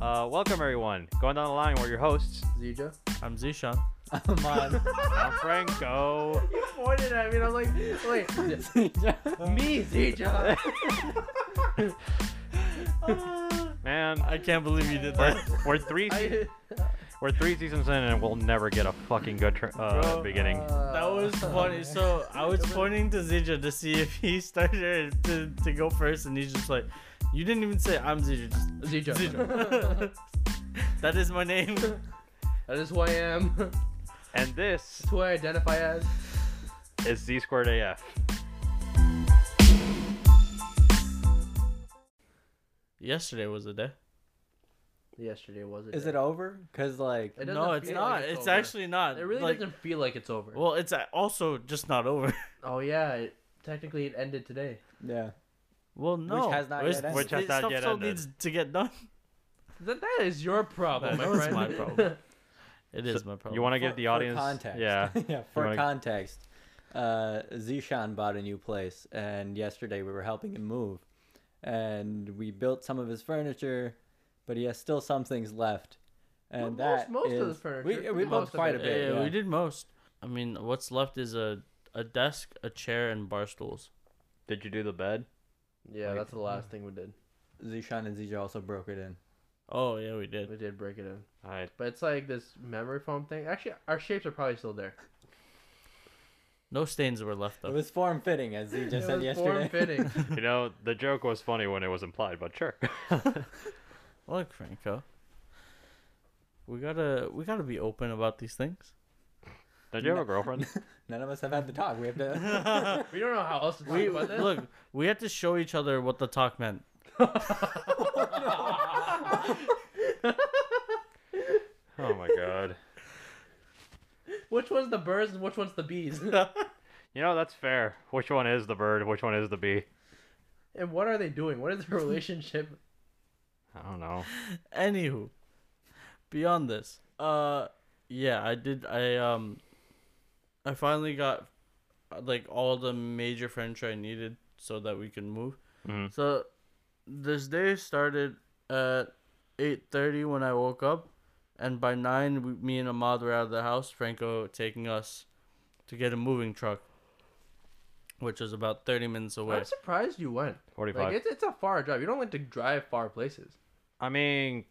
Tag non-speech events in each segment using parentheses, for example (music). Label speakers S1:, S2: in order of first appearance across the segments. S1: Uh, welcome everyone. Going down the line, we're your hosts.
S2: Zija.
S3: I'm Zishan.
S2: I'm on.
S1: I'm Franco.
S2: you pointed at me and I was like, wait. me, Zija.
S1: Man,
S3: I can't believe you did
S1: we're,
S3: that.
S1: we're three se-
S2: I,
S1: we're three seasons in and we'll never get a fucking good tr uh,
S3: Bro,
S1: beginning.
S3: (laughs) That was
S2: Uh,
S3: funny. So I was pointing to Zija to see if he started to, to go first, and he's just like, "You didn't even say I'm Zija." Just
S2: Zija.
S3: Zija. (laughs) that is my name.
S2: (laughs) that is who I am. That's
S1: and this
S2: who I identify as.
S1: is Z squared AF.
S3: Yesterday was the day.
S2: Yesterday was it?
S4: Is it over? Cause like
S2: It doesn't
S3: No, it's
S2: feel
S3: not.
S2: like it's
S3: it's
S2: over.
S3: actually not.
S2: It really
S3: like,
S2: doesn't feel like it's over.
S3: Well, it's uh, also just not over. (laughs)
S2: oh yeah, it, technically it ended today.
S4: yeah,
S3: Well, no.
S4: has not
S3: It's-
S4: yet ended.
S1: Which has
S3: this
S1: not
S3: stuff
S1: yet
S3: still
S1: ended.
S3: needs to get done.
S2: That, that is your problem,
S3: That
S2: my
S3: is
S2: friend. (laughs)
S3: my problem. It is
S1: So,
S3: my problem.
S1: You want to give
S4: For-
S1: the
S4: for
S1: audience
S4: context. (laughs)
S1: Yeah.
S4: For
S1: wanna-
S4: context, uh, Zishan bought a new place, and yesterday we were helping him move, and we built some of his furniture, but he has still some things left, and
S2: Well, most-
S4: that
S2: most of
S4: is-
S2: his furniture.
S4: We, we
S2: Most
S4: built
S2: of
S4: quite
S2: it.
S4: a bit.
S3: yeah,
S4: yeah.
S3: we did most. I mean, what's left is a a desk, a chair, and bar stools.
S1: Did you do the bed?
S2: Yeah,
S1: Like-
S2: that's the last thing we did.
S4: Zishan and Zija also broke it in.
S3: Oh yeah, we did.
S2: We did break it in,
S1: I
S2: but it's like this memory foam thing. Actually, our shapes are probably still there.
S3: No stains were left
S4: It
S3: though.
S4: was form fitting, as Zija
S2: It
S4: said
S2: was
S4: yesterday.
S2: form-fitting.
S1: you know, the joke was funny when it was implied, but sure.
S3: Look, Franco. We gotta we gotta be open about these things.
S1: Did you have a girlfriend?
S4: None of us have had the talk. We have to.
S2: (laughs)
S4: (laughs)
S2: we don't know how else to talk
S3: We
S2: about this.
S3: look, we had to show each other what the talk meant.
S1: oh my god.
S2: (laughs) Which one's the birds and which one's the (laughs) bees?
S1: You know, that's fair. Which one is the bird? Which one is the bee?
S2: and what are they doing? What is their relationship?
S1: I don't know.
S3: Anywho, beyond this, uh, yeah, I did. I um, I finally got uh, like all the major furniture I needed so that we can move.
S1: Mhm.
S3: So this day started at eight thirty when I woke up, and by nine, we, me and Ahmad were out of the house. Franco taking us to get a moving truck, which was about thirty minutes away.
S2: I'm surprised you went.
S1: 45.
S2: Like it's it's a far drive. You don't like to drive far places.
S1: I mean,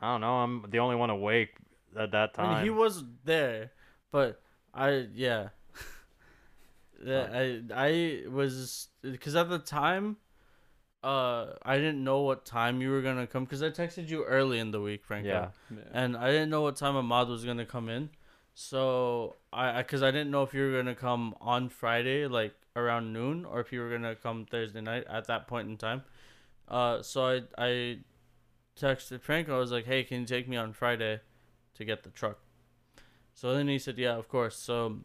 S1: I don't know. I'm the only one awake at that time.
S3: I mean, he was there, but I
S1: (laughs)
S3: yeah. Yeah, I I was because at the time, uh, I didn't know what time you were gonna come because I texted you early in the week, Franco.
S1: Yeah.
S3: And I didn't know what time Ahmad was gonna come in, so I because I, didn't know if you were gonna come on Friday like around noon or if you were gonna come Thursday night at that point in time. Uh, so I I texted Franco. I was like, "Hey, can you take me on Friday to get the truck?" So then he said, "Yeah, of course." So,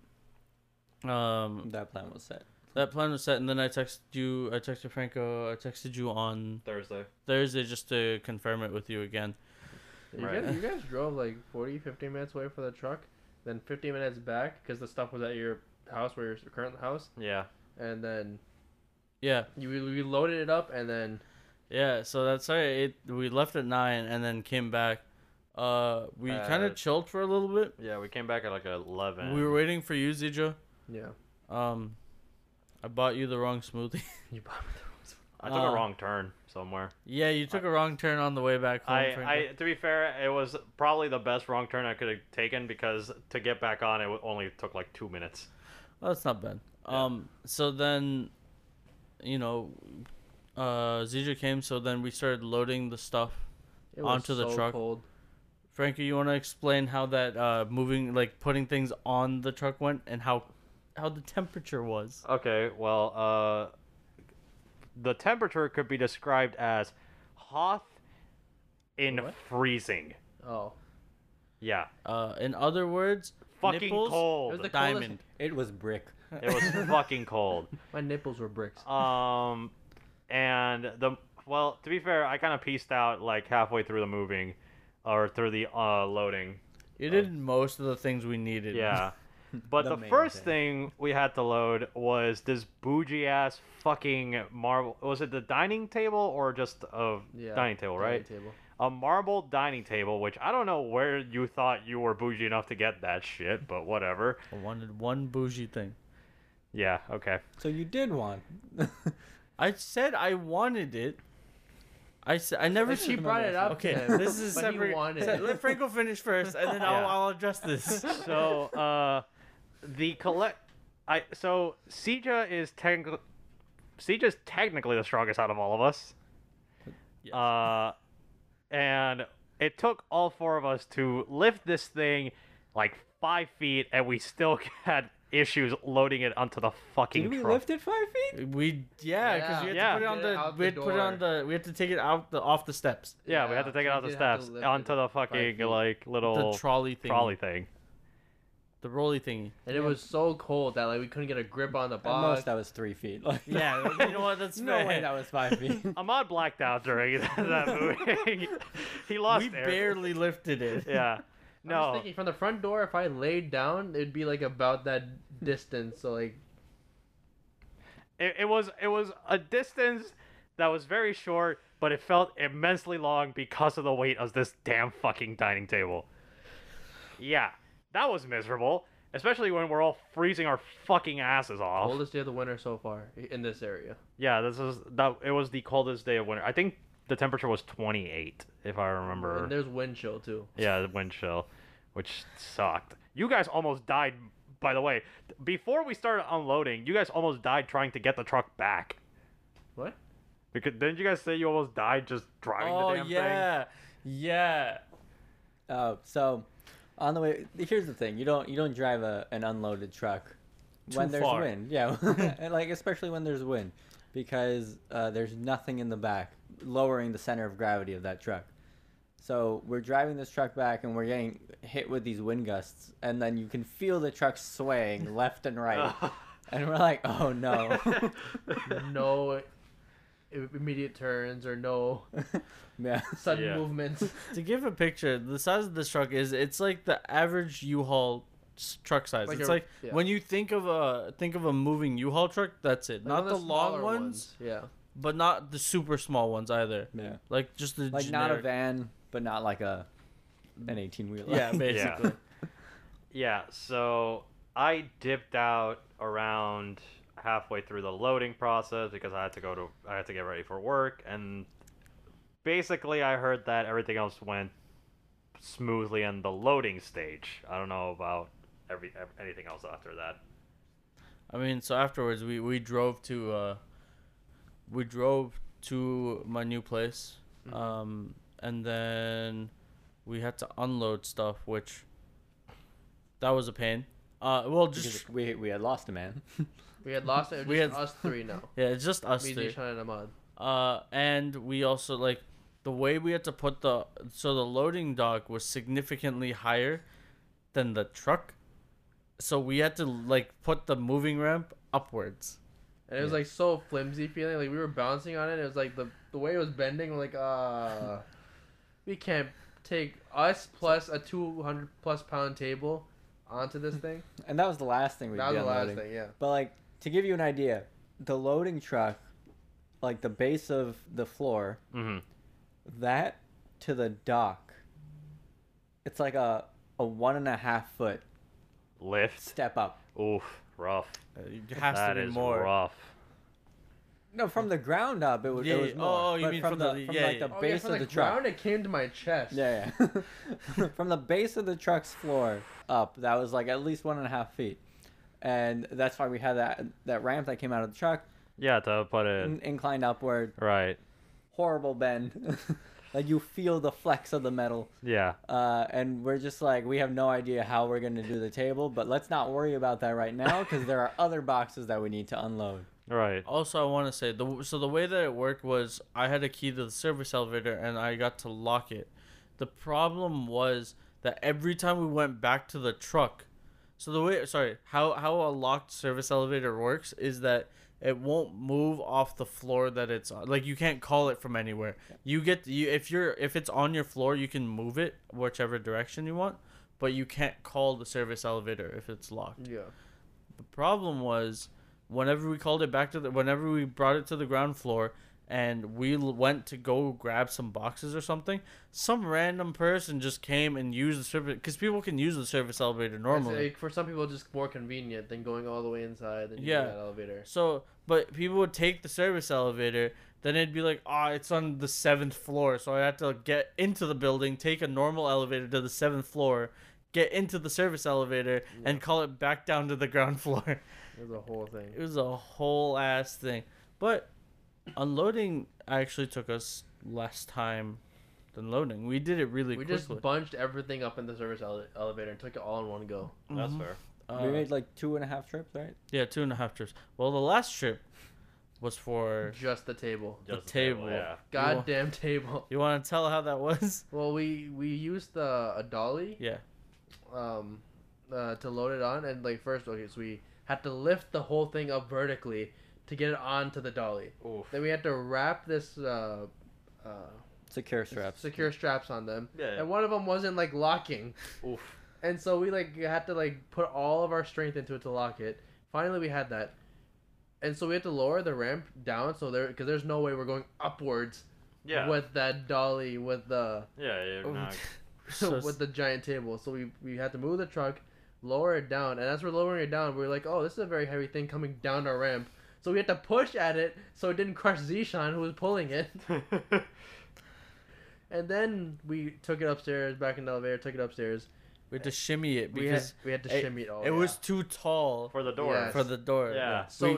S3: um,
S4: that plan was set.
S3: that plan was set, and then I texted you. I texted Franco. I texted you on
S1: Thursday.
S3: Thursday just to confirm it with you again.
S2: You,
S1: Right.
S2: guys, you
S3: (laughs)
S2: guys drove like 40, 50 minutes away for the truck, then 50 minutes back because the stuff was at your house where your current house,
S1: Yeah.
S2: and then
S3: Yeah,
S2: you we loaded it up and then
S3: yeah. So that's all right. It, we left at nine, and then came back. Uh, we kind
S1: Uh,
S3: of chilled for a little bit.
S1: Yeah, we came back at like 11.
S3: We were waiting for you, Zijo.
S2: yeah.
S3: Um, I bought you the wrong smoothie. (laughs)
S2: You bought
S1: I took a
S3: uh,
S1: wrong turn somewhere.
S3: yeah, you took a wrong turn on the way back home. Franco.
S1: I, I, to be fair, it was probably the best wrong turn I could have taken because to get back on, it w- only took like two minutes.
S3: Oh, that's not bad. Um, so then, you know, uh, Zija came. So then we started loading the stuff.
S2: it was
S3: Onto the
S2: so
S3: truck.
S2: Cold.
S3: Frankie, you want to explain how that uh, moving, like putting things on the truck went, and how how the temperature was?
S1: Okay, well, uh, the temperature could be described as hot in
S2: What?
S1: freezing.
S2: Oh,
S1: Yeah.
S3: Uh, in other words,
S1: Fucking
S3: nipples,
S1: cold.
S2: It was the
S3: diamond.
S2: coldest-
S4: It was brick.
S1: It was
S3: (laughs)
S1: fucking cold.
S2: my nipples were bricks.
S1: Um, and the well, to be fair, I kind of pieced out like halfway through the moving, or through the uh, loading.
S3: You did most of the things we needed.
S1: Yeah, but
S4: The
S1: the
S4: main
S1: first thing we had to load was this bougie ass fucking marble. Was it the dining table or just a
S2: Yeah,
S1: dining table?
S2: dining
S1: Right.
S2: table.
S1: a marble dining table, which I don't know where you thought you were bougie enough to get that shit, but whatever.
S3: (laughs) I wanted one bougie thing.
S1: Yeah, okay.
S4: (laughs) So you
S1: (laughs)
S4: did (laughs) one.
S3: I said I wanted it. I said I never.
S2: But she brought it up.
S3: Okay,
S2: to him,
S3: this is
S2: (laughs)
S3: a
S2: but he
S3: separate.
S2: wanted
S3: so
S2: it.
S3: Let Franco finish first,
S2: (laughs)
S3: and then I'll,
S1: Yeah.
S3: I'll address this.
S1: So, uh, the collect. I so Sija is technically Sija's technically the strongest out of all of us.
S3: Yes.
S1: Uh, and it took all four of us to lift this thing like five feet, and we still (laughs) had issues loading it onto the fucking
S4: Did we
S1: truck.
S4: lift it five feet?
S3: we yeah, because we had
S1: Yeah.
S3: to put it on
S2: Get it
S3: the
S2: out
S3: we
S2: the
S3: had to put it on the we had to take it out the off the steps.
S1: yeah, we had to
S2: Yeah,
S1: take it
S2: so
S1: out
S2: we
S1: the
S2: did have to
S1: steps
S2: lift it
S1: onto the
S2: feet.
S1: fucking like little
S3: the trolley thing.
S1: trolley thing.
S3: The
S2: (laughs)
S3: rolly thingy.
S2: and it was so cold that like we couldn't get a grip on the
S4: At most
S2: box.
S4: that was three feet. (laughs) Like,
S3: Yeah, (laughs) you know what?
S2: (laughs)
S3: That's
S4: no
S3: fair.
S4: way that was five
S3: (laughs)
S4: feet.
S1: Ahmad blacked out during (laughs) that movie. (laughs) he lost
S3: we
S1: air.
S3: barely lifted it.
S1: Yeah.
S2: (laughs) I was
S1: No.
S2: thinking from the front door, if I laid down, it'd be like about that distance. So like,
S1: It, it was it was a distance that was very short, but it felt immensely long because of the weight of this damn fucking dining table. Yeah, that was miserable, especially when we're all freezing our fucking asses off.
S2: coldest day of the winter so far i- in this area.
S1: Yeah, this is that. It was the coldest day of winter. I think the temperature was 28, if I remember.
S2: And there's wind chill too.
S1: Yeah, the wind chill, which sucked. You guys almost died. By the way, before we started unloading, you guys almost died trying to get the truck back.
S3: (laughs)
S2: What?
S1: Because didn't you guys say you almost died just driving
S3: Oh
S1: the damn thing?
S3: yeah, yeah.
S4: Oh, so on the way. Here's the thing: you don't you don't drive a, an unloaded truck when
S3: Too
S4: there's
S3: far. (laughs)
S4: wind. Yeah, (laughs) and like especially when there's wind, because uh, there's nothing in the back lowering the center of gravity of that truck. So we're driving this truck back, and we're getting hit with these wind gusts, and then you can feel the truck
S3: (laughs)
S4: swaying left and right,
S1: (laughs)
S4: and we're like, "Oh no, (laughs)
S2: No i- immediate turns or
S3: (laughs)
S2: no
S4: yeah."
S2: sudden
S1: Yeah.
S2: movements.
S3: To give a picture, the size of this truck is it's like the average U-Haul s- truck size.
S2: Like
S3: it's
S2: a-
S3: like
S2: yeah.
S3: when you think of a think of a moving U-Haul truck, that's
S2: Like,
S3: it. not
S2: one
S3: the,
S2: of
S3: long
S2: smaller
S3: ones,
S2: Yeah.
S3: but not the super small ones either.
S4: Yeah.
S3: Like just the
S4: Like not a
S3: generic-
S4: van, but not like a an eighteen wheeler. (laughs)
S2: (laughs)
S3: Yeah, basically.
S1: Yeah, so I dipped out around halfway through the loading process because I had to go to I had to get ready for work and basically I heard that everything else went smoothly in the loading stage. I don't know about every ev- anything else after that.
S3: I mean, so afterwards we we drove to uh, we drove to my new place, um, and then we had to unload stuff, which that was a pain. Uh, well, just
S4: Because we we had lost a man. (laughs)
S2: We had lost it.
S3: We
S2: We had
S3: had-
S2: us three now.
S3: yeah, it's just us
S2: Me,
S3: three.
S2: Zishan, and Ahmad.
S3: Uh, and we also like the way we had to put the so the loading dock was significantly higher than the truck, so we had to like put the moving ramp upwards.
S2: And it was like so flimsy feeling. Like we were bouncing on it. It was like the the way it was bending. Like uh, we can't take us plus a two hundred plus pound table onto this thing.
S4: And that was the last thing we
S2: That
S4: did.
S2: was the last
S4: unloading.
S2: thing. Yeah.
S4: But like to give you an idea, the loading truck, like the base of the floor,
S1: Mm-hmm.
S4: that to the dock, it's like a a one and a half foot
S1: Lift.
S4: step up.
S1: Oof, rough.
S3: Uh, It has
S1: That
S3: to be
S1: is
S3: more.
S1: rough.
S4: No, from the ground up, it was.
S3: Yeah,
S4: it was
S3: yeah.
S4: more.
S3: Oh, you
S4: But
S3: mean
S4: from,
S3: from
S4: the,
S3: the-
S4: from
S3: yeah, yeah.
S4: like the
S3: Oh,
S2: Oh, yeah,
S4: base
S2: from
S4: of
S2: the
S4: the truck?
S2: ground, it came to my chest.
S4: Yeah, yeah. (laughs) From the base of the truck's floor up, that was like at least one and a half feet, and that's why we had that that ramp that came out of the truck,
S1: Yeah, to put it
S4: in- inclined upward,
S1: right.
S4: horrible bend. (laughs) like you feel the flex of the metal,
S1: Yeah.
S4: uh, and we're just like we have no idea how we're gonna do the table, but let's not worry about that right now because there
S1: (laughs)
S4: are other boxes that we need to unload.
S1: Right.
S3: Also, I want to say the so the way that it worked was I had a key to the service elevator and I got to lock it. The problem was that every time we went back to the truck, so the way sorry how how a locked service elevator works is that it won't move off the floor that it's on. Like you can't call it from anywhere. You get you if you're if it's on your floor, you can move it whichever direction you want, but you can't call the service elevator if it's locked.
S2: Yeah.
S3: The problem was whenever we called it back to the whenever we brought it to the ground floor, and we l- went to go grab some boxes or something. Some random person just came and used the service because people can use the service elevator
S2: It's,
S3: normally.
S2: like, for some people, it's just more convenient than going all the way inside and using
S3: Yeah.
S2: that elevator.
S3: So, but people would take the service elevator, then it'd be like, ah, it's on the seventh floor. So I had to get into the building, take a normal elevator to the seventh floor, get into the service elevator, and call it back down to the (laughs) ground floor.
S2: There's a whole thing.
S3: It was a whole ass thing. But unloading actually took us less time than loading. We did it really
S2: we
S3: quickly.
S2: just bunched everything up in the service ele- elevator and took it all in one go.
S1: That's
S3: Mhm.
S1: fair.
S3: Uh,
S4: we made like two and a half trips, right?
S3: yeah, two and a half trips. Well, the last trip was for.
S2: Just the table.
S3: The
S1: Just the
S3: table.
S1: Yeah.
S2: Goddamn (laughs) table.
S3: You want to tell how that was? (laughs)
S2: Well, we we used the a dolly
S3: Yeah.
S2: um uh, to load it on, and like first, okay, so we had to lift the whole thing up vertically to get it onto the dolly.
S1: Oof.
S2: Then we had to wrap this uh, uh,
S4: Secure straps.
S2: secure straps on them,
S1: Yeah.
S2: and one of them wasn't like locking,
S1: Oof.
S2: and so we like had to like put all of our strength into it to lock it. Finally, we had that, and so we had to lower the ramp down so there because there's no way we're going upwards
S1: Yeah.
S2: with that dolly with the
S1: Yeah. You're
S2: (laughs)
S1: not...
S3: Oh, (laughs) So
S2: with the giant table. So we we had to move the truck, lower it down, and as we're lowering it down, we are like, oh, this is a very heavy thing coming down our ramp. So we had to push at it so it didn't crush Zishan who was pulling it. And then we took it upstairs, back in the elevator, took it upstairs.
S3: We had to shimmy it
S2: We had,
S3: because
S2: we had to
S3: it-
S2: shimmy it all.
S3: it
S2: yeah.
S3: was too tall
S1: (laughs)
S3: for,
S1: For the door.
S2: Yes.
S3: the door.
S1: Yeah.
S2: so
S3: we-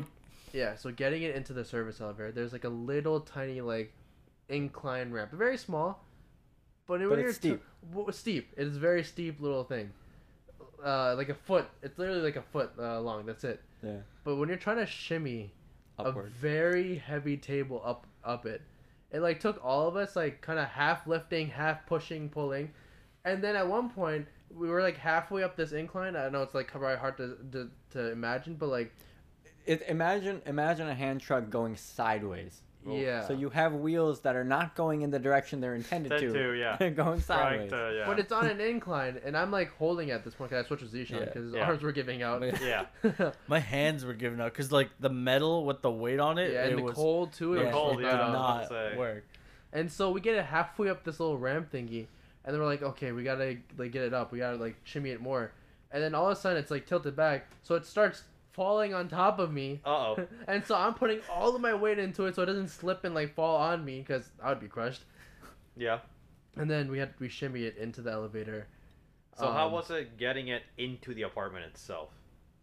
S2: yeah, so getting it into the service elevator, there's like a little tiny like incline ramp, very small, but it
S4: But
S2: when
S4: it's
S2: you're t-
S4: steep.
S2: w- steep. It is very steep little thing, uh, like a foot. It's literally like a foot uh, long. That's it.
S4: Yeah.
S2: But when you're trying to shimmy
S4: Upward.
S2: a very heavy table up up it, it like took all of us like kind of half lifting, half pushing, pulling, and then at one point we were like halfway up this incline. I know it's like probably hard to to, to imagine, but like
S4: It, imagine imagine a hand truck going sideways.
S1: Oh.
S2: yeah.
S4: So you have wheels that are not going in the direction they're intended
S1: Tend
S4: to.
S1: to, yeah.
S4: They're (laughs) going
S1: Trying
S4: sideways.
S1: to, yeah.
S2: But it's on an incline, and I'm like holding at this point. 'cause I switched with Zishan
S3: Yeah.
S2: because his
S1: Yeah.
S2: arms were giving out.
S3: Yeah.
S1: (laughs) yeah.
S3: my hands were giving out because like the metal with the weight on
S2: (laughs)
S3: it,
S2: yeah,
S3: it
S2: and the
S3: was
S2: cold too. it
S3: it
S1: The
S2: was
S1: cold,
S2: fucking
S1: yeah.
S2: hot.
S1: I was gonna
S3: not
S1: say.
S3: work.
S2: And so we get it halfway up this little ramp thingy, and then we're like, okay, we gotta like get it up. We gotta like shimmy it more. And then all of a sudden, it's like tilted back, so it starts falling on top of me.
S1: Uh oh.
S2: (laughs) and so I'm putting all of my weight into it so it doesn't slip and like fall on me because I would be crushed.
S1: Yeah.
S2: And then we had we shimmy it into the elevator.
S1: So how
S2: Um,
S1: was it getting it into the apartment itself? (laughs)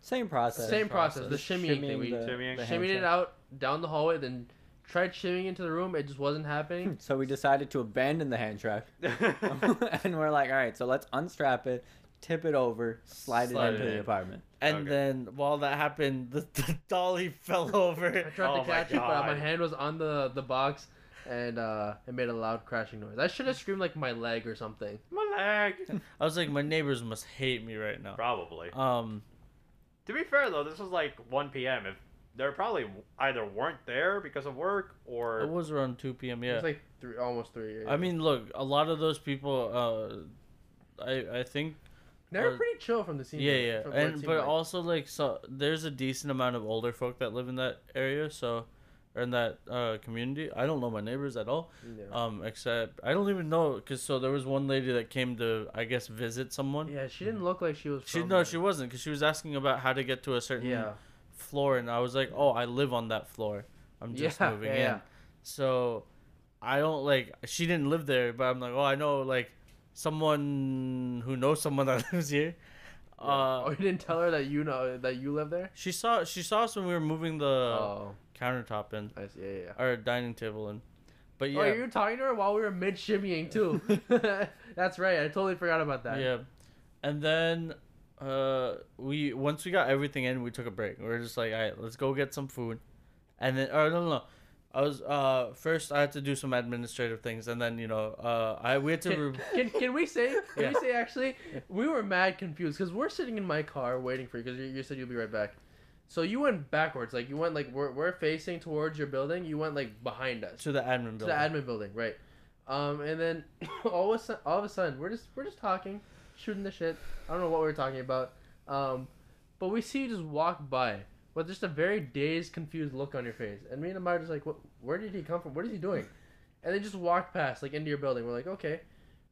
S4: Same process.
S2: Same process, the
S4: Just
S2: shimmying thing. We
S4: the-
S1: Shimmying.
S4: the hand
S2: shimmied it
S4: truck.
S2: out down the hallway, then tried shimmying into the room. It just wasn't happening.
S4: (clears throat) So we decided to abandon the hand truck, (laughs) and we're like, all right, so let's unstrap it, tip it over, slide,
S1: Slide
S4: it into
S1: it in.
S4: the
S2: (laughs)
S4: apartment.
S3: And
S1: Okay.
S3: then while that happened, the, (laughs) the dolly fell
S2: I
S3: over.
S2: tried
S1: Oh
S2: to
S1: my
S2: catch it, but my
S1: God.
S2: hand was on the, the box, and uh, it made a loud crashing noise. I should have screamed like my leg or something.
S1: My leg.
S3: I was like, my neighbors must hate me right now.
S1: Probably.
S3: Um,
S1: To be fair though, this was like 1 p.m. If they probably either weren't there because of work
S3: it
S1: or
S3: was around two p.m.
S2: It
S3: Yeah,
S2: was like three, almost three.
S3: I mean, look, a lot of those people, uh, I I think
S2: they were
S3: uh,
S2: pretty chill from the scene.
S3: yeah yeah
S2: from what it
S3: and
S2: seemed
S3: but
S2: like.
S3: also like so there's a decent amount of older folk that live in that area so or in that uh, community i don't know my neighbors at all
S2: Yeah.
S3: um except i don't even know because so there was one lady that came to i guess visit someone
S2: yeah, she didn't look like she was.
S3: she
S2: from
S3: no
S2: there.
S3: she wasn't because she was asking about how to get to a certain
S2: Yeah,
S3: floor and i was like oh i live on that floor i'm
S2: (laughs)
S3: just
S2: Yeah,
S3: moving
S2: yeah,
S3: in
S2: yeah.
S3: so i don't like she didn't live there but i'm like oh i know like someone who knows someone (laughs) that lives here uh
S2: oh, you didn't tell her that you know that you live there.
S3: She saw she saw us when we were moving the
S2: oh,
S3: countertop in
S2: I see. Yeah, yeah. yeah.
S3: our dining table in. But yeah,
S2: Oh, you were talking to her while we were mid shimmying
S3: (laughs)
S2: too. (laughs) That's right. I totally forgot about that.
S3: yeah. And then uh we once we got everything in, we took a break. We were just like, all right, let's go get some food. And then or no no no. I was uh first I had to do some administrative things and then you know uh I we had to
S2: Can,
S3: re-
S2: can, can we say? Can
S3: Yeah.
S2: we say actually? We were mad confused because we're sitting in my car waiting for you because you, you said you'll be right back. So you went backwards, like you went like we're, we're facing towards your building. You went like behind us
S3: to the admin building.
S2: to the admin building, right? Um, and then (coughs) all of a sudden, all of a sudden, we're just we're just talking, shooting the shit. I don't know what we were talking about. Um, but we see you just walk by with just a very dazed, confused look on your face. And me and Amar just like, what, where did he come from? What is he doing? And they just walked past, like into your building. We're like, okay.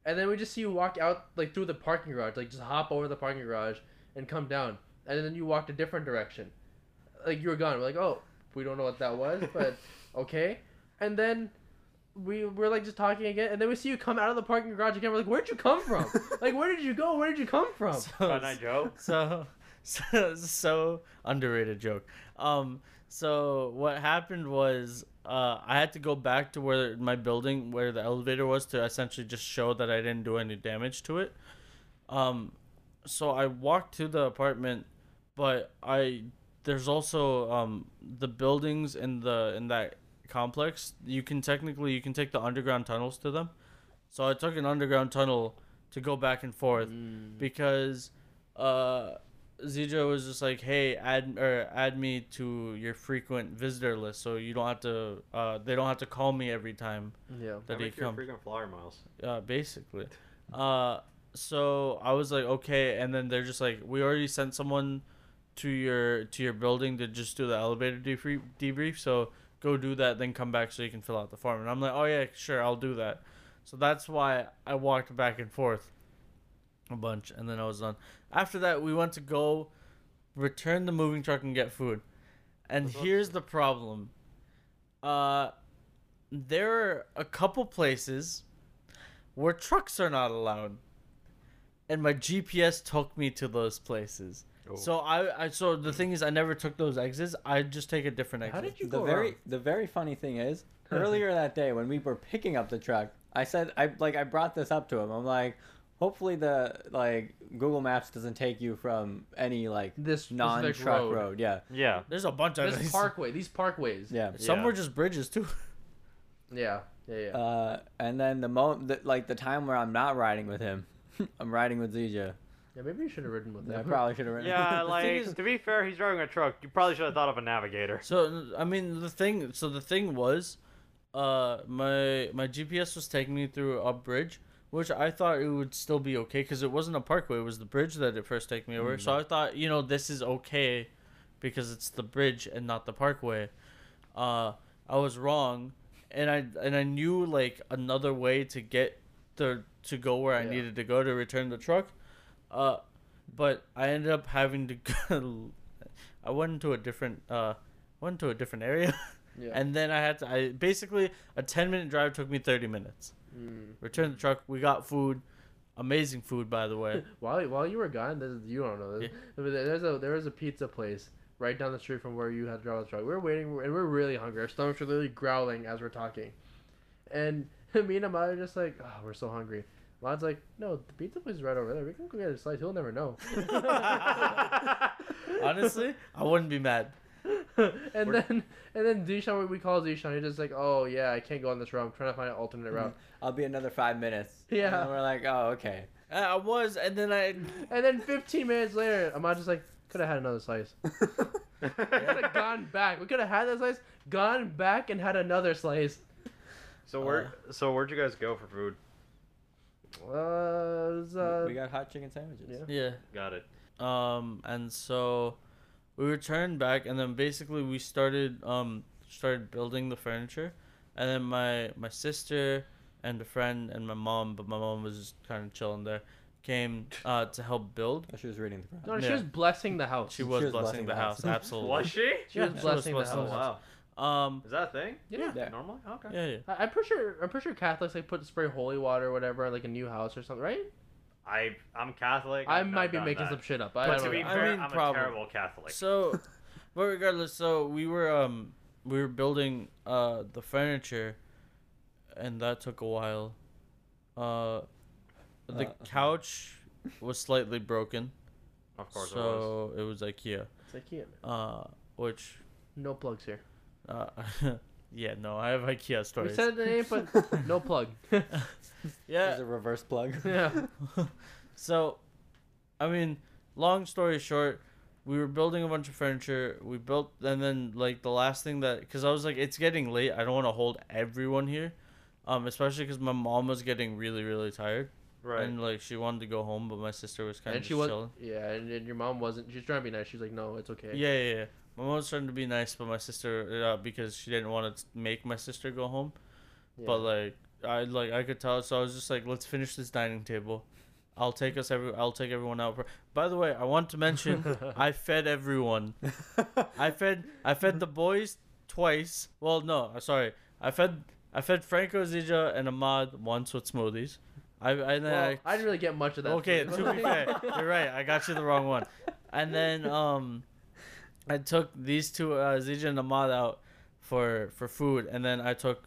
S2: And then we just see you walk out, like through the parking garage, like just hop over the parking garage and come down. And then you walked a different direction. Like you were gone. We're like, oh, we don't know what that was, but okay. And then we were like just talking again, and then we see you come out of the parking garage again. We're like, where'd you come from? (laughs) like, where did you go? Where did you come
S3: (laughs)
S2: from?
S1: Fun Night Joe.
S3: so (laughs) so so underrated joke um so what happened was uh i had to go back to where my building where the elevator was to essentially just show that i didn't do any damage to it um so i walked to the apartment but i there's also um the buildings in the in that complex you can technically you can take the underground tunnels to them so i took an underground tunnel to go back and forth
S4: Mm.
S3: because uh Zijo was just like, "Hey, add or add me to your frequent visitor list, so you don't have to. Uh, they don't have to call me every time
S2: Yeah.
S3: that
S1: I
S3: they
S1: think you're a
S3: come.
S1: freaking flyer, Miles.
S3: uh, basically. Uh, so I was like, okay, and then they're just like, we already sent someone to your to your building to just do the elevator debrief, debrief. So go do that, then come back so you can fill out the form. And I'm like, oh yeah, sure, I'll do that. So that's why I walked back and forth a bunch, and then I was done. After that, we went to go return the moving truck and get food. And
S1: That's awesome.
S3: here's the problem. Uh, there are a couple places where trucks are not allowed, and my GPS took me to those places.
S1: Oh.
S3: So I, I, so the thing is, I never took those exits. I just take a different exit.
S2: How did you
S4: the
S2: go
S4: very
S2: around?
S4: the very funny
S2: (laughs)
S4: thing is earlier that day when we were picking up the truck i said i like i brought this up to him i'm like hopefully the like google maps doesn't take you from any like
S2: This specific
S4: non-truck
S2: road.
S4: road. yeah
S1: Yeah.
S3: There's a bunch of
S2: This
S3: these. (laughs)
S2: parkway, these parkways.
S4: yeah
S3: Some
S1: Yeah.
S3: were just bridges too.
S2: Yeah. Yeah. Yeah.
S4: uh and then the moment the, like the time where i'm not riding with him (laughs) i'm riding with zija
S2: yeah maybe you should have ridden with them.
S4: i probably should have ridden
S1: Yeah,
S4: (laughs)
S3: thing
S1: like
S3: is-
S1: to be fair, he's driving a truck. You probably should have thought of a navigator.
S3: (laughs) So I mean, the thing. So the thing was, uh, my my GPS was taking me through a bridge, which I thought it would still be okay because it wasn't a parkway. It was the bridge that it first took me over.
S2: Mm.
S3: So I thought, you know, this is okay, because it's the bridge and not the parkway. Uh, I was wrong, and I and I knew like another way to get the to go where I
S2: Yeah.
S3: needed to go to return the truck. Uh, but I ended up having to. (laughs) Go, I went into a different uh went to a different area
S2: Yeah.
S3: (laughs) and then i had to i basically a 10 minute drive took me 30 minutes
S2: Mm.
S3: returned the truck we got food amazing food by the (laughs) way
S2: (laughs) While while you were gone, this is, you don't know this. but there- There's a there was a pizza place right down the street from where you had to drive the truck. We were waiting and we we're really hungry. Our stomachs were literally growling as we're talking, and (laughs) me and Amad are just like, oh, we're so hungry. Amad's like, no, the pizza place is right over there. We can go get a slice. He'll never know.
S3: honestly i wouldn't be mad
S2: (laughs) and then and then Zishan, we- we call Zishan. He's just like, oh yeah, I can't go on this route. I'm trying to find an alternate route.
S4: i'll be another five minutes and
S2: Yeah.
S4: then we're like oh okay
S3: Uh, i was and then i
S2: and then 15 minutes later, Amad's just like, could have had another slice. (laughs) We could have gone back. We could have had that slice, gone back, and had another slice. (laughs)
S1: so where, so where'd you guys go for food?
S2: Uh, it was, uh,
S4: we got hot chicken sandwiches
S2: yeah.
S3: yeah
S1: Got it.
S3: um and so we returned back and then basically we started um started building the furniture and then my my sister and a friend and my mom but my mom was just kind of chilling there came uh to help build
S4: Oh, she was reading the
S2: no,
S4: front.
S2: she
S3: Yeah.
S2: was blessing the house.
S3: she was, blessing, the house, absolutely (laughs)
S1: Was she?
S2: She
S3: Yeah,
S2: was
S3: she was
S2: blessing the
S3: blessing the
S1: Oh wow,
S2: house.
S3: um
S1: is that a thing?
S2: Yeah.
S4: Yeah.
S1: Normally, okay.
S3: yeah, yeah.
S2: I, I'm pretty sure. I'm pretty sure Catholics like put spray holy water or whatever, on, like a new house or something, right?
S1: I I'm Catholic.
S2: I
S1: I've
S2: might
S1: not
S2: be
S1: done
S2: making
S1: that.
S2: some shit up. I
S1: But
S2: don't
S1: to be
S2: know.
S3: I
S1: fair, I
S3: mean,
S1: am
S3: probably.
S1: a terrible Catholic.
S3: So, but regardless, so we were um we were building uh the furniture, and that took a while. Uh, the
S1: Uh-huh.
S4: Uh.
S3: couch was slightly broken,
S1: of course it was.
S3: so it was IKEA.
S2: It's like, yeah,
S3: Uh, which
S2: no plugs here.
S3: uh, (laughs) yeah, no, I have IKEA
S2: We
S3: stories.
S2: said the name, but no plug.
S4: There's
S3: (laughs) yeah.
S4: a reverse plug.
S2: (laughs) yeah.
S3: (laughs) So, I mean, long story short. We were building a bunch of furniture. We built, and then like the last thing that, because I was like, it's getting late. I don't want to hold everyone here. um, especially because my mom was getting really, really tired,
S1: Right.
S3: and like she wanted to go home, but my sister was kind
S2: And
S3: of
S2: she
S3: just
S2: was.
S3: chilling.
S2: Yeah, and, and your mom wasn't. She was trying to be nice. She was like, no, it's okay.
S3: Yeah, yeah, yeah. my mom was trying to be nice, but my sister uh, because she didn't want to make my sister go home. But like I like I could tell, so I was just like, let's finish this dining table. I'll take us every. I'll take everyone out. For, by the way, I want to
S2: (laughs)
S3: mention I fed everyone. I fed I fed the boys twice. Well, no, I'm sorry. I fed I fed Franco, Zija, and Ahmad once with smoothies. I I, and then
S2: Well,
S3: I
S2: I didn't really get much of that.
S3: okay,
S2: food,
S3: to
S2: but
S3: be
S2: like- (laughs)
S3: fair, you're right. I got you the wrong one. And then um, I took these two uh, Zija and Ahmad out for for food, and then I took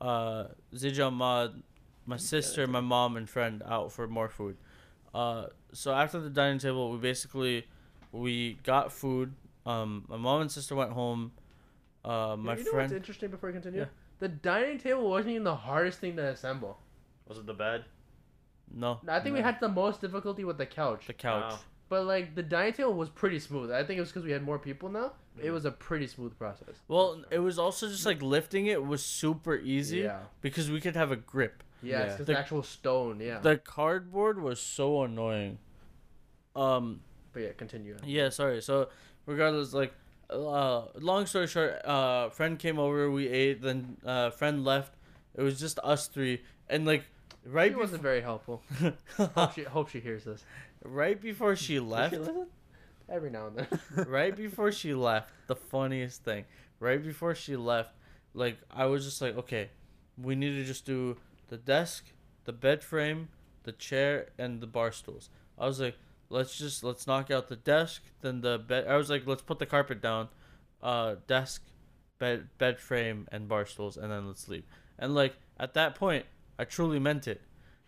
S3: uh, Zija Ahmad, my sister, my mom, and friend out for more food. Uh, so after the dining table, we basically we got food. Um, my mom and sister went home. Uh,
S2: You
S3: my
S2: know what's
S3: friend.
S2: interesting? Before we continue,
S3: Yeah.
S2: the dining table wasn't even the hardest thing to assemble.
S1: Was it the bed?
S3: no,
S2: I think we
S4: No.
S2: had the most difficulty with the couch.
S3: the couch.
S1: Oh.
S2: But like the dining table was pretty smooth. I think it was because we had more people now. It
S3: Mm.
S2: was a pretty smooth process.
S3: Well, it was also just like lifting it was super easy
S2: Yeah.
S3: because we could have a grip.
S2: Yeah,
S4: Yeah.
S2: it's 'cause
S3: The-
S2: the actual stone. Yeah.
S3: The cardboard was so annoying. Um.
S2: but yeah, continue.
S3: Yeah. Sorry. So, regardless, like, uh, long story short, uh, friend came over. We ate. Then, uh, friend left. It was just us three, and like,
S2: She
S3: right
S2: wasn't very
S3: (laughs)
S2: helpful.
S3: before,
S2: hope she hope she hears this
S3: right
S2: (laughs)
S3: before she left, (laughs)
S2: every now and then.
S3: right before she left, the funniest thing, right before she left, like I was just like, okay, we need to just do the desk, the bed frame, the chair, and the bar stools. I was like, let's just let's knock out the desk, then the bed. I was like, let's put the carpet down, uh, desk, bed, bed frame, and bar stools, and then let's leave. And like at that point, I truly meant it.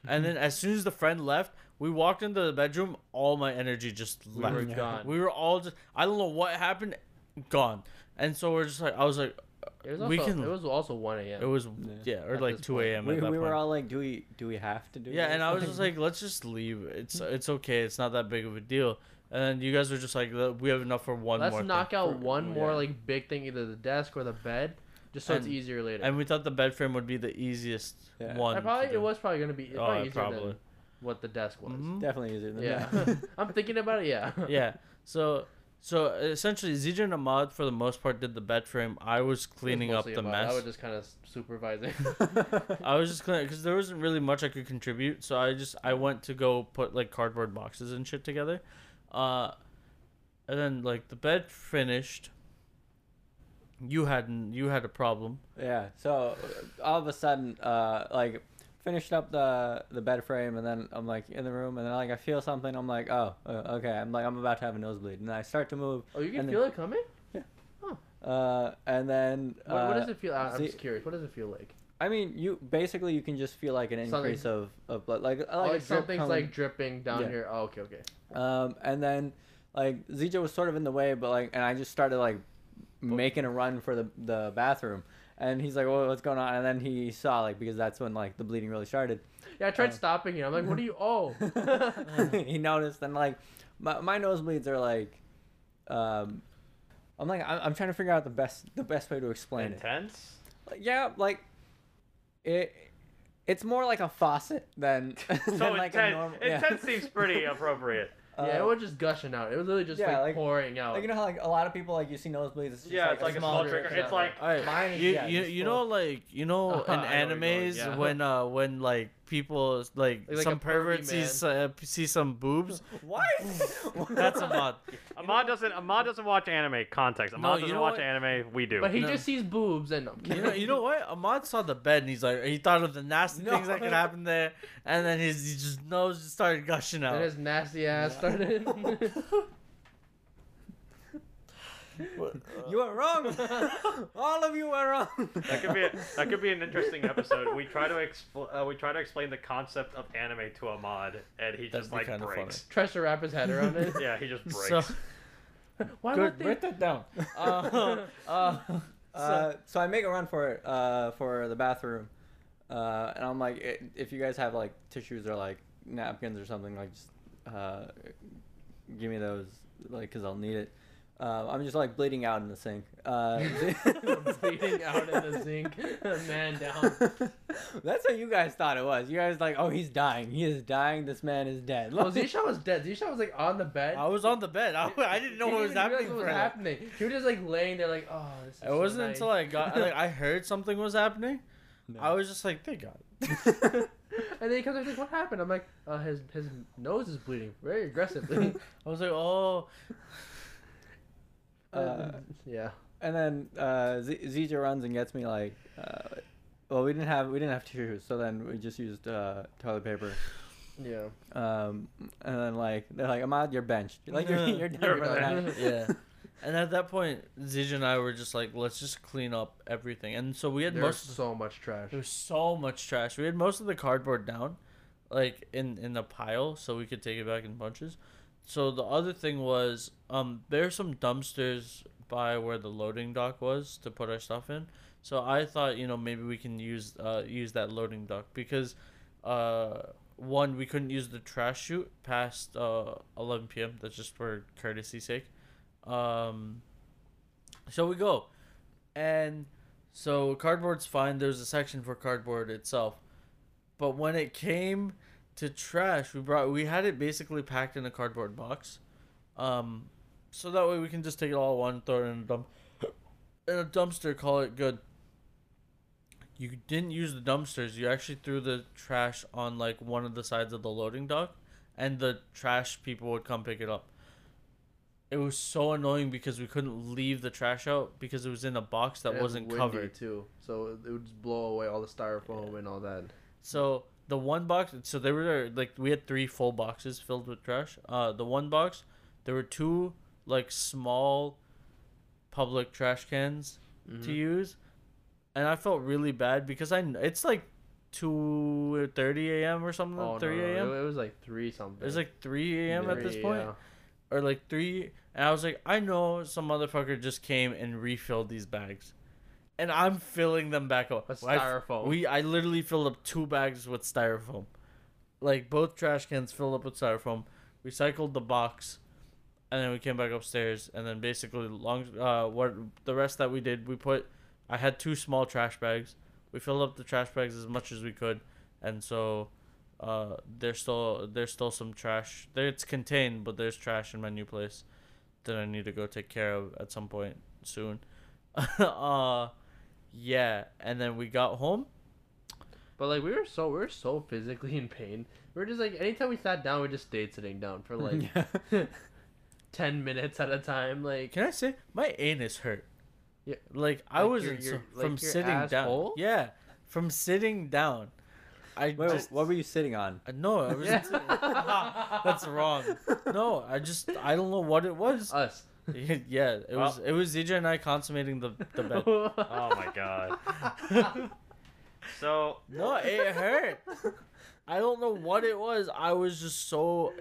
S3: And then as soon as the friend left, we walked into the bedroom. All my energy just
S1: We
S3: left.
S1: were gone.
S3: We were all just I don't know what happened, gone. And so we're just like I was like
S2: It was
S3: We
S2: also,
S3: can-
S2: it was also one a.m.
S3: it was
S4: Yeah.
S3: yeah, or
S2: At
S3: like
S2: this
S3: two
S2: point.
S3: a.m.
S4: we,
S3: at that
S4: we
S3: point.
S4: were all like, do we do we have to do?
S3: yeah,
S4: this?
S3: and I was just like let's just leave. It's it's okay. It's not that big of a deal. And you guys were just like we have enough for one more.
S2: Let's
S3: thing."
S2: knock out
S4: For-
S2: one more
S4: yeah.
S2: like big thing, either the desk or the bed, just so it's
S3: And-
S2: easier later.
S3: And we thought the bed frame would be the easiest
S4: Yeah.
S3: one.
S2: I
S3: to
S2: probably
S3: do.
S2: it was probably gonna be it's
S3: Oh,
S2: probably easier
S3: probably.
S2: than what the desk was.
S3: Mhm.
S4: (laughs) definitely easier than
S2: Yeah,
S4: that.
S2: (laughs) I'm thinking about it. Yeah, (laughs)
S3: yeah. So so essentially, Zija and Ahmad for the most part did the bed frame. I was cleaning up
S2: Mostly
S3: the
S2: about-
S3: mess.
S2: I was just kind of
S4: (laughs)
S2: supervising. (laughs)
S3: I was just cleaning because there wasn't really much I could contribute, so I just I went to go put like cardboard boxes and shit together, uh, and then like the bed finished. You had n- you had a problem.
S4: Yeah. So uh, all of a sudden, uh, like finished up the the bed frame, and then I'm like in the room, and then like I feel something. I'm like, oh, uh, okay. I'm like I'm about to have a nosebleed, and I start to move,
S2: oh, you can
S4: And
S2: feel it coming.
S4: uh, and then
S2: What, what does
S4: uh,
S2: it feel? I- I'm
S4: see-
S2: just curious. What does it feel like?
S4: I mean, you basically you can just feel like an
S2: Something-
S4: increase of, of blood, like, like
S2: Oh,
S4: a
S2: like
S4: drip
S2: something's
S4: coming.
S2: like dripping down
S4: Yeah.
S2: here. Oh, okay, okay.
S4: Um, and then like Zija was sort of in the way, but like, and I just started like making a run for the the bathroom. And he's like, "Whoa, what's going on?" And then he saw like because that's when like the bleeding
S2: (laughs)
S4: really started. (laughs)
S2: Yeah, I tried
S4: Uh,
S2: stopping you. I'm like, what do
S4: (laughs)
S2: you? Oh,
S4: he noticed, and like my, my nosebleeds are like, um, I'm like I'm, I'm trying to figure out the best the best way to explain it.
S1: Intense.
S4: Like, Yeah, like it. It's more like a faucet than, (laughs)
S1: (laughs)
S4: than
S1: So
S4: like a
S1: intense.
S4: normal. yeah.
S1: intense
S4: (laughs)
S1: seems pretty appropriate.
S2: yeah, it
S4: Uh,
S2: was just gushing out. It was literally just
S4: yeah,
S2: like,
S4: like-
S2: pouring out.
S4: Like you know how like a lot of people like you see nosebleeds. It's just,
S1: Yeah, it's like a small
S2: smaller-
S1: trigger.
S2: yeah.
S1: It's like
S3: All right.
S4: Mine is
S3: you,
S4: yeah,
S3: you,
S4: just
S3: you
S4: full.
S3: know like you know in
S1: I know where you're going,
S3: animes
S1: yeah.
S3: when uh when like people like,
S2: Like a
S3: some
S2: pervy
S3: pervert
S2: man.
S3: sees uh, see some boobs.
S4: What?
S3: (laughs) That's Ahmad.
S1: Ahmad doesn't. Ahmad doesn't watch anime. Context.
S3: No,
S1: Ahmad
S3: you
S1: doesn't
S3: know
S1: watch
S3: what?
S1: anime. We do.
S2: but he
S3: No.
S2: just sees boobs and
S4: (laughs)
S2: I'm
S3: You know, you know what? Ahmad saw the bed and he's like, he thought of the nasty
S4: No.
S3: things that could happen there, and then his he just nose just started gushing out.
S2: And his nasty ass
S3: (laughs)
S2: started.
S4: (laughs)
S2: (laughs)
S3: (laughs)
S4: You are wrong. (laughs) All of you are wrong.
S1: that could be. A,
S4: (laughs)
S1: that could be an interesting episode. We try to expl- uh, We try to explain the concept of anime to Ahmad, and he
S3: That'd
S1: just
S3: be
S1: like
S3: kinda
S1: breaks.
S2: tries to wrap his head around
S4: (laughs)
S2: it.
S1: Yeah, he just breaks.
S3: so
S2: Why
S3: good,
S2: would they? (laughs)
S3: write that
S4: (laughs)
S3: down. Uh, uh,
S4: Uh, so I make a run for it uh, for the bathroom, uh, and I'm like, "I- if you guys have like tissues or like napkins or something, like just uh, give me those, like, cause I'll need it. Uh, Um, I'm just like bleeding out in the sink. Uh,
S2: (laughs) Bleeding out in the zinc. man down.
S4: (laughs) That's what you guys thought it was. You guys like, oh, he's dying. He is dying. This man is dead.
S2: Well,
S4: (laughs)
S2: Zisha was dead. Zisha was like on the bed.
S3: (laughs) I was on the bed. I, (laughs) I didn't know
S2: He
S3: what was
S2: didn't even realize what
S3: happening.
S2: was
S3: for a-
S2: happening. He was just like laying there, like, oh, this is
S3: It wasn't until I got like I heard something was happening.
S4: No.
S3: I was just like, thank God.
S2: (laughs)
S3: (laughs)
S2: And then he comes up, he's like, what happened? I'm like, uh, his his nose is bleeding very
S3: (laughs)
S2: aggressively. (laughs)
S3: I was like, oh,
S4: (laughs) Uh,
S2: yeah.
S4: and then uh, Z- Zija runs and gets me like, uh, well, we didn't have we didn't have tissues, so then we just used uh, toilet paper.
S2: Yeah.
S4: Um, and then like they're like, Ahmad, you're benched. You're like (laughs) you're,
S3: Yeah.
S4: you're done.
S2: You're
S4: for the
S2: done.
S3: (laughs)
S4: night."
S3: yeah. And at that point, Zij and I were just like, let's just clean up everything. And so we had
S2: There's
S3: most.
S2: so much trash.
S3: There was so much trash. We had most of the cardboard down, like in in a pile, so we could take it back in bunches. So the other thing was, um, there's some dumpsters by where the loading dock was to put our stuff in. So I thought, you know, maybe we can use uh use that loading dock because, uh, one we couldn't use the trash chute past uh 11 p.m. That's just for courtesy sake. Um, so we go, and so cardboard's fine. There's a section for cardboard itself, but when it came to trash, we brought we had it basically packed in a cardboard box, um, so that way we can just take it all at one, throw it in a dump, (coughs) in a dumpster, call it good. You didn't use the dumpsters. You actually threw the trash on like one of the sides of the loading dock, and the trash people would come pick it up it was so annoying because we couldn't leave the trash out because it was in a box that
S2: And it was
S3: wasn't
S2: windy,
S3: covered.
S2: too. So it would just blow away all the styrofoam and all that.
S3: So the one box, so there were like we had three full boxes filled with trash. Uh, the one box, there were two like small public trash cans
S2: Mm-hmm.
S3: to use, and I felt really bad because I kn- it's like two thirty a.m. or something,
S2: Oh, no,
S3: three
S2: no,
S3: a.m.
S2: It, it was like three something.
S3: It was like three a.m. at this
S2: Three,
S3: point.
S2: yeah.
S3: or like three, and I was like, I know some motherfucker just came and refilled these bags, and I'm filling them back up.
S2: With
S3: I f-
S2: styrofoam.
S3: we I literally filled up two bags with styrofoam, like both trash cans filled up with styrofoam. Recycled the box, and then we came back upstairs, and then basically long uh what the rest that we did, we put. I had two small trash bags. We filled up the trash bags as much as we could, and so. Uh, there's still there's still some trash. There it's contained, but there's trash in my new place that I need to go take care of at some point soon. (laughs) uh yeah, and then we got home.
S2: But like we were so we were so physically in pain. We were just like anytime we sat down, we just stayed sitting down for
S3: (laughs)
S2: like
S4: (laughs) Yeah.
S2: ten minutes at a time. Like
S3: Can I say my anus hurt?
S2: Yeah.
S3: Like I
S2: Like
S3: was
S2: your-
S3: in
S2: your-
S3: so-
S2: like
S3: from
S2: your
S3: sitting down.
S2: asshole?
S3: Yeah, from sitting down. I
S4: Wait,
S3: just
S4: what were you sitting on?
S3: no, I was
S2: (laughs)
S3: (laughs) that's wrong. No, I just I don't know what it was.
S2: us.
S3: (laughs) yeah, it was it was DJ and I consummating the
S2: (laughs)
S3: the (laughs) bed.
S1: Oh my god. so
S3: (laughs) No, it hurt. I don't know what it was. I was just so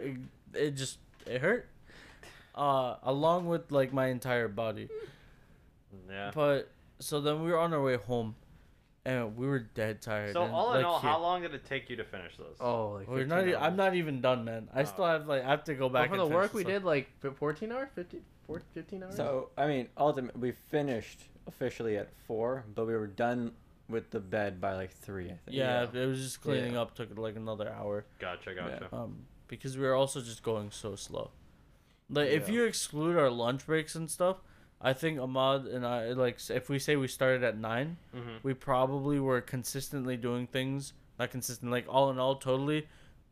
S3: it just it hurt. Uh along with like my entire body.
S1: yeah.
S3: But so then we were on our way home and we were dead tired.
S1: So
S3: and,
S1: all in
S3: like,
S1: all,
S3: here-
S1: how long did it take you to finish this?
S2: oh, like
S3: We're not
S2: 15
S3: e- I'm
S2: hours. Oh.
S3: not even done, man. I still have like I have to go
S2: But
S3: back
S2: for
S3: and
S2: the
S3: finish
S2: work we
S3: this up.
S2: did, like fi- fourteen hours, 15, 14, 15 hours.
S4: So I mean, ultimately, we finished officially at four, but we were done with the bed by like three. I think.
S3: Yeah, it was just cleaning
S4: Yeah.
S3: up took like another hour.
S1: Gotcha, gotcha.
S3: um, because we were also just going so slow. Like if
S2: Yeah.
S3: you exclude our lunch breaks and stuff, I think Ahmad and I like s- if we say we started at 9
S4: Mm-hmm.
S1: Mhm.
S3: we probably were consistently doing things not consistent. Like all in all, totally,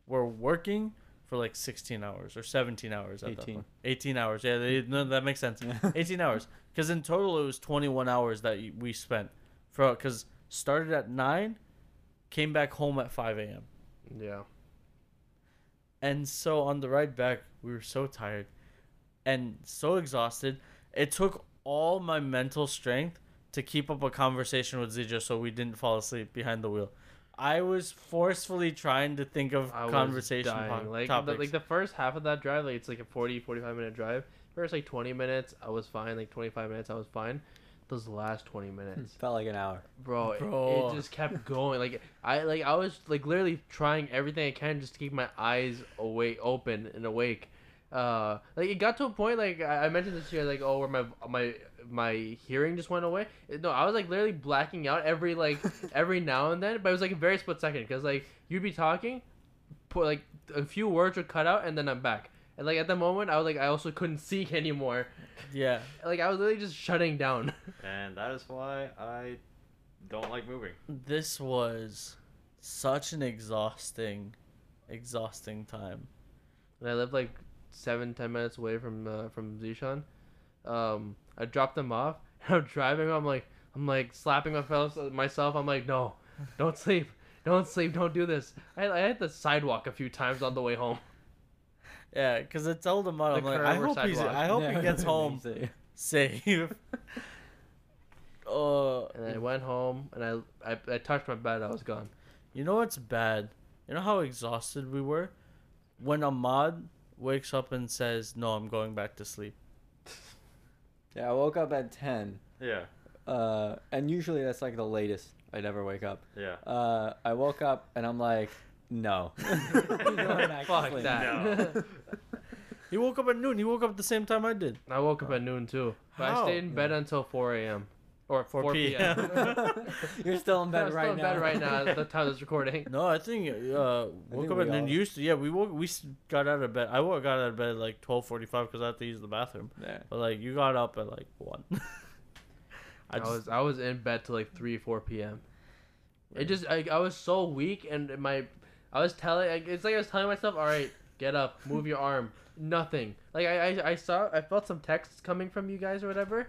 S3: we're working for like sixteen hours or seventeen hours. At That
S4: 18.
S3: point. Eighteen hours. Yeah, they, no, that makes sense.
S4: Yeah.
S3: Eighteen hours, because in total it was twenty-one hours that y- we spent. For because started at nine, came back home at five a.m.
S2: yeah.
S3: And so on the ride back, we were so tired and so exhausted. It took all my mental strength to keep up a conversation with Zija so we didn't fall asleep behind the wheel. I was forcefully trying to think of
S2: I was
S3: conversation
S2: dying.
S3: po-
S2: like
S3: topics.
S2: The, like the first half of that drive, like it's like a 40, 45 minute drive. First like twenty minutes, I was fine. Like twenty five minutes, I was fine. Those last twenty minutes,
S4: (laughs) felt like an hour.
S2: bro, it-
S3: Bro.
S2: It, just kept going. Like I like I was like literally trying everything I can just to keep my eyes awake, open and awake. Uh, like it got to a point like I, I mentioned this year, like oh, where my my my hearing just went away. It- No, I was like literally blacking out every like every now and then, but it was like a very split second because like you'd be talking, put like a few words would cut out, and then I'm back. And like at the moment, I was like I also couldn't (laughs) see anymore.
S3: Yeah.
S2: Like I was literally just shutting down. (laughs)
S1: and that is why I don't like moving.
S3: This was such an exhausting, exhausting time.
S2: and I live like seven ten minutes away from uh, from Zishan. Um, I dropped them off. (laughs) And I'm driving. I'm like I'm like slapping myself. Myself. I'm like no, don't (laughs) sleep, don't sleep, don't do this. I, I hit the sidewalk a few times on the way home.
S3: Yeah, because I told him, I'm
S2: The
S3: like,
S2: curb
S3: I
S2: or
S3: hope, he's,
S2: sidewalk.
S3: I hope
S4: (laughs) Yeah,
S3: he gets
S4: me
S3: home
S4: too. (laughs)
S3: safe. (laughs) uh,
S2: And (laughs) I went home and I I, I touched my bed. I was gone.
S3: you know what's bad? You know how exhausted we were? When Ahmad wakes up and says, No, I'm going back to sleep.
S4: Yeah, I woke up at ten,
S1: Yeah,
S4: uh, and usually that's like the latest I'd ever wake up. (laughs)
S1: yeah.
S4: Uh, I woke up and I'm like, no. Going back to
S2: Fuck
S4: sleep.
S2: that.
S1: No.
S3: He woke up at noon. He woke up at the same time I did.
S2: I woke up at noon too, but
S3: How?
S2: I stayed in bed until 4 a.m. or 4,
S3: 4
S4: (laughs)
S2: p.m.
S4: You're still in
S2: (laughs) I'm
S4: bed
S2: still
S4: right
S2: in
S4: now.
S2: bed right now at the time of this recording.
S3: No, I think
S4: (laughs)
S3: uh, woke
S4: think
S3: up
S4: we
S3: and then
S4: all-
S3: used to. Yeah, we woke. We s- got out of bed. I woke got out of bed at like twelve forty five because I had to use the bathroom.
S4: Yeah.
S3: But like you got up at like one. (laughs)
S2: I,
S3: I just
S2: was I was in bed till like three four p.m. It just I, I was so weak and my I was telling like, it's like I was telling myself, all right, get up, move your arm, nothing. Like I, I I saw I felt some texts coming from you guys or whatever,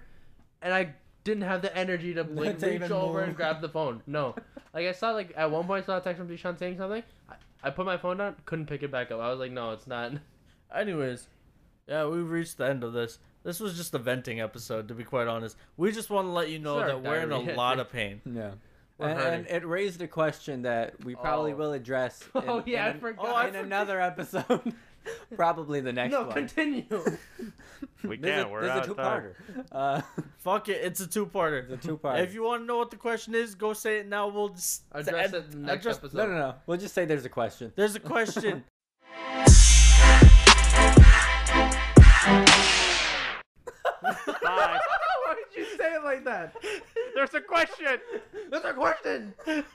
S2: and I didn't have the energy to like
S4: (laughs) To
S2: reach
S4: even
S2: over
S4: move.
S2: and grab the phone.
S4: (laughs)
S2: No, like I saw like at one point I saw a text from Deshaun saying something. I, I put my phone down, couldn't pick it back up. I was like, no, it's not. (laughs)
S3: Anyways, yeah, we've reached the end of this. This was just a venting episode, to be quite honest. We just want to let you know
S2: our
S3: that we're in
S2: (laughs)
S3: a
S2: diarrhea.
S3: lot of pain.
S4: (laughs) Yeah.
S2: We're
S4: And, and
S2: hurting.
S4: it raised a question that we probably
S2: Oh.
S4: will address. In,
S2: (laughs) Oh, yeah, I
S4: in, an-
S2: forgot.
S4: in
S2: Oh, I (laughs) forgot.
S4: another episode, (laughs) probably the next
S2: no,
S4: one. (laughs)
S2: continue.
S1: We
S4: This is
S1: can't. We're
S4: this is
S1: out
S4: a
S1: of time.
S4: two-parter. Uh,
S3: Fuck it, it's a two parter.
S4: It's a two-parter.
S3: If you want to know what the question is, go say it now. We'll just
S2: Address
S3: add-
S2: it in the next
S3: address-
S2: episode.
S4: no, no, no. We'll just say there's a question.
S3: There's a question.
S1: Bye.
S2: Why did you say it like that? (laughs)
S1: There's a question.
S2: That's a question.